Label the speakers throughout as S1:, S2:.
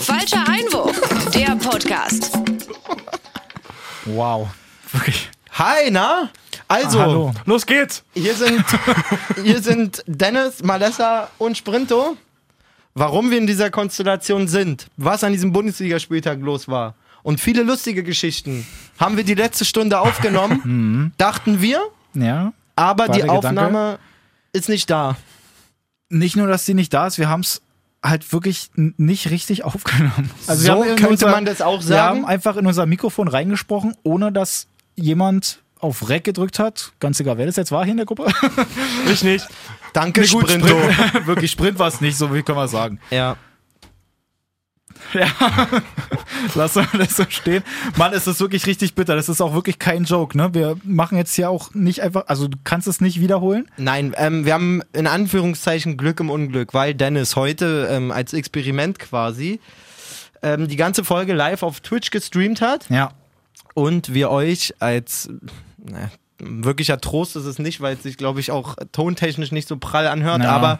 S1: Falscher Einwurf, der Podcast.
S2: Wow. Wirklich.
S3: Hi, na? Also,
S2: Ah, hallo.
S4: Los geht's!
S3: hier sind, hier sind Dennis, Malessa und Sprinto. Warum wir in dieser Konstellation sind, was an diesem Bundesligaspieltag los war und viele lustige Geschichten haben wir die letzte Stunde aufgenommen, dachten wir,
S2: Ja.
S3: aber
S2: War
S3: die
S2: der Mhm. Gedanke?
S3: Aufnahme ist nicht da.
S2: Nicht nur, dass sie nicht da ist, wir haben es halt wirklich n- nicht richtig aufgenommen. Also wir
S3: So
S2: haben in
S3: könnte man das auch
S2: Wir
S3: sagen.
S2: haben einfach in unser Mikrofon reingesprochen, ohne dass jemand auf Rec gedrückt hat. Ganz egal, wer das jetzt war hier in der Gruppe.
S4: Ich nicht.
S3: Danke, Sprinto.
S2: wirklich Sprint war es nicht, so viel können wir sagen.
S3: Ja.
S2: Lass mal das so stehen. Mann, es ist wirklich richtig bitter. Das ist auch wirklich kein Joke, ne? Wir machen jetzt hier auch nicht einfach, also du kannst es nicht wiederholen.
S3: Nein, ähm, wir haben in Anführungszeichen Glück im Unglück, weil Dennis heute ähm, als Experiment quasi ähm, die ganze Folge live auf Twitch gestreamt hat
S2: Ja.
S3: und wir euch als na, wirklicher Trost ist es nicht, weil es sich, glaube ich, auch tontechnisch nicht so prall anhört,
S2: Na.
S3: aber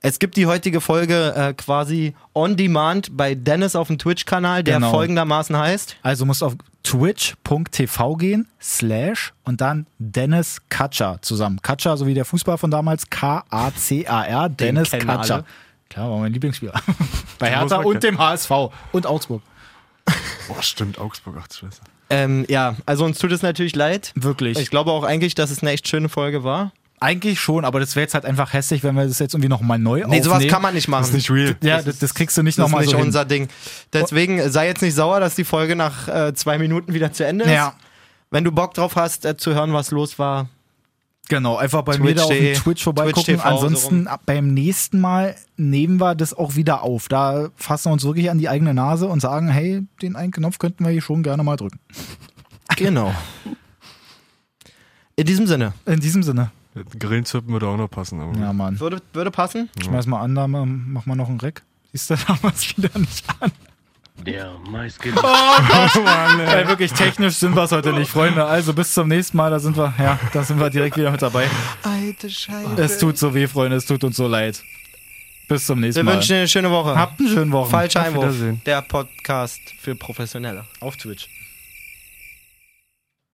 S3: es gibt die heutige Folge äh, quasi on demand bei Dennis auf dem Twitch-Kanal, der
S2: Genau.
S3: folgendermaßen heißt.
S2: Also musst auf twitch.tv gehen, slash und dann Dennis Katscher zusammen. Katscher, so wie der Fußball von damals, K-A-C-A-R, Dennis
S3: kennen
S2: Katscher.
S3: alle.
S2: Klar, war mein Lieblingsspieler. Bei Hertha
S4: muss man
S2: und dem HSV und Augsburg.
S4: Oh, stimmt, Augsburg, ach, Scheiße.
S3: Ähm, ja, also uns tut es natürlich leid.
S2: Wirklich.
S3: Ich glaube auch eigentlich, dass es eine echt schöne Folge war.
S2: Eigentlich schon, aber das wäre jetzt halt einfach hässlich, wenn wir das jetzt irgendwie nochmal neu
S3: Nee,
S2: aufnehmen.
S3: sowas kann man nicht machen.
S4: Ist nicht real.
S2: Ja, das, das kriegst du nicht
S3: Das ist
S2: nochmal
S3: nicht
S2: so hin.
S3: unser Ding. Deswegen äh, sei jetzt nicht sauer, dass die Folge nach äh, zwei Minuten wieder zu Ende ist.
S2: Ja,
S3: Wenn du Bock drauf hast, äh, zu hören, was los war.
S2: Genau, einfach bei mir
S3: Twitch.de,
S2: da auf dem Twitch vorbeigucken.
S3: Twitch.tv, so
S2: Ansonsten ab beim nächsten Mal nehmen wir das auch wieder auf. Da fassen wir uns wirklich an die eigene Nase und sagen, hey, den einen Knopf könnten wir hier schon gerne mal drücken.
S3: Genau. In diesem Sinne.
S2: In diesem Sinne.
S4: Grillenzirpen würde auch noch passen. Aber
S2: Ja, Mann.
S3: Würde, würde passen?
S2: Schmeiß mal an, da ma- mach mal noch einen Reck. Ist da damals wieder nicht an.
S5: Der meistgeliebte.
S2: Ey, wirklich technisch sind wir es heute nicht, Freunde. Also bis zum nächsten Mal, da sind wir, ja, da sind wir direkt wieder mit dabei.
S3: Alte Scheiße.
S2: Es tut so weh, Freunde, es tut uns so leid. Bis zum
S3: Wir
S2: nächsten Mal.
S3: wünschen dir eine schöne Woche.
S2: Habt einen schönen Wochen.
S3: Falscher
S2: Auf
S3: Einwurf,
S2: Wiedersehen.
S3: der Podcast für Professionelle.
S2: Auf Twitch.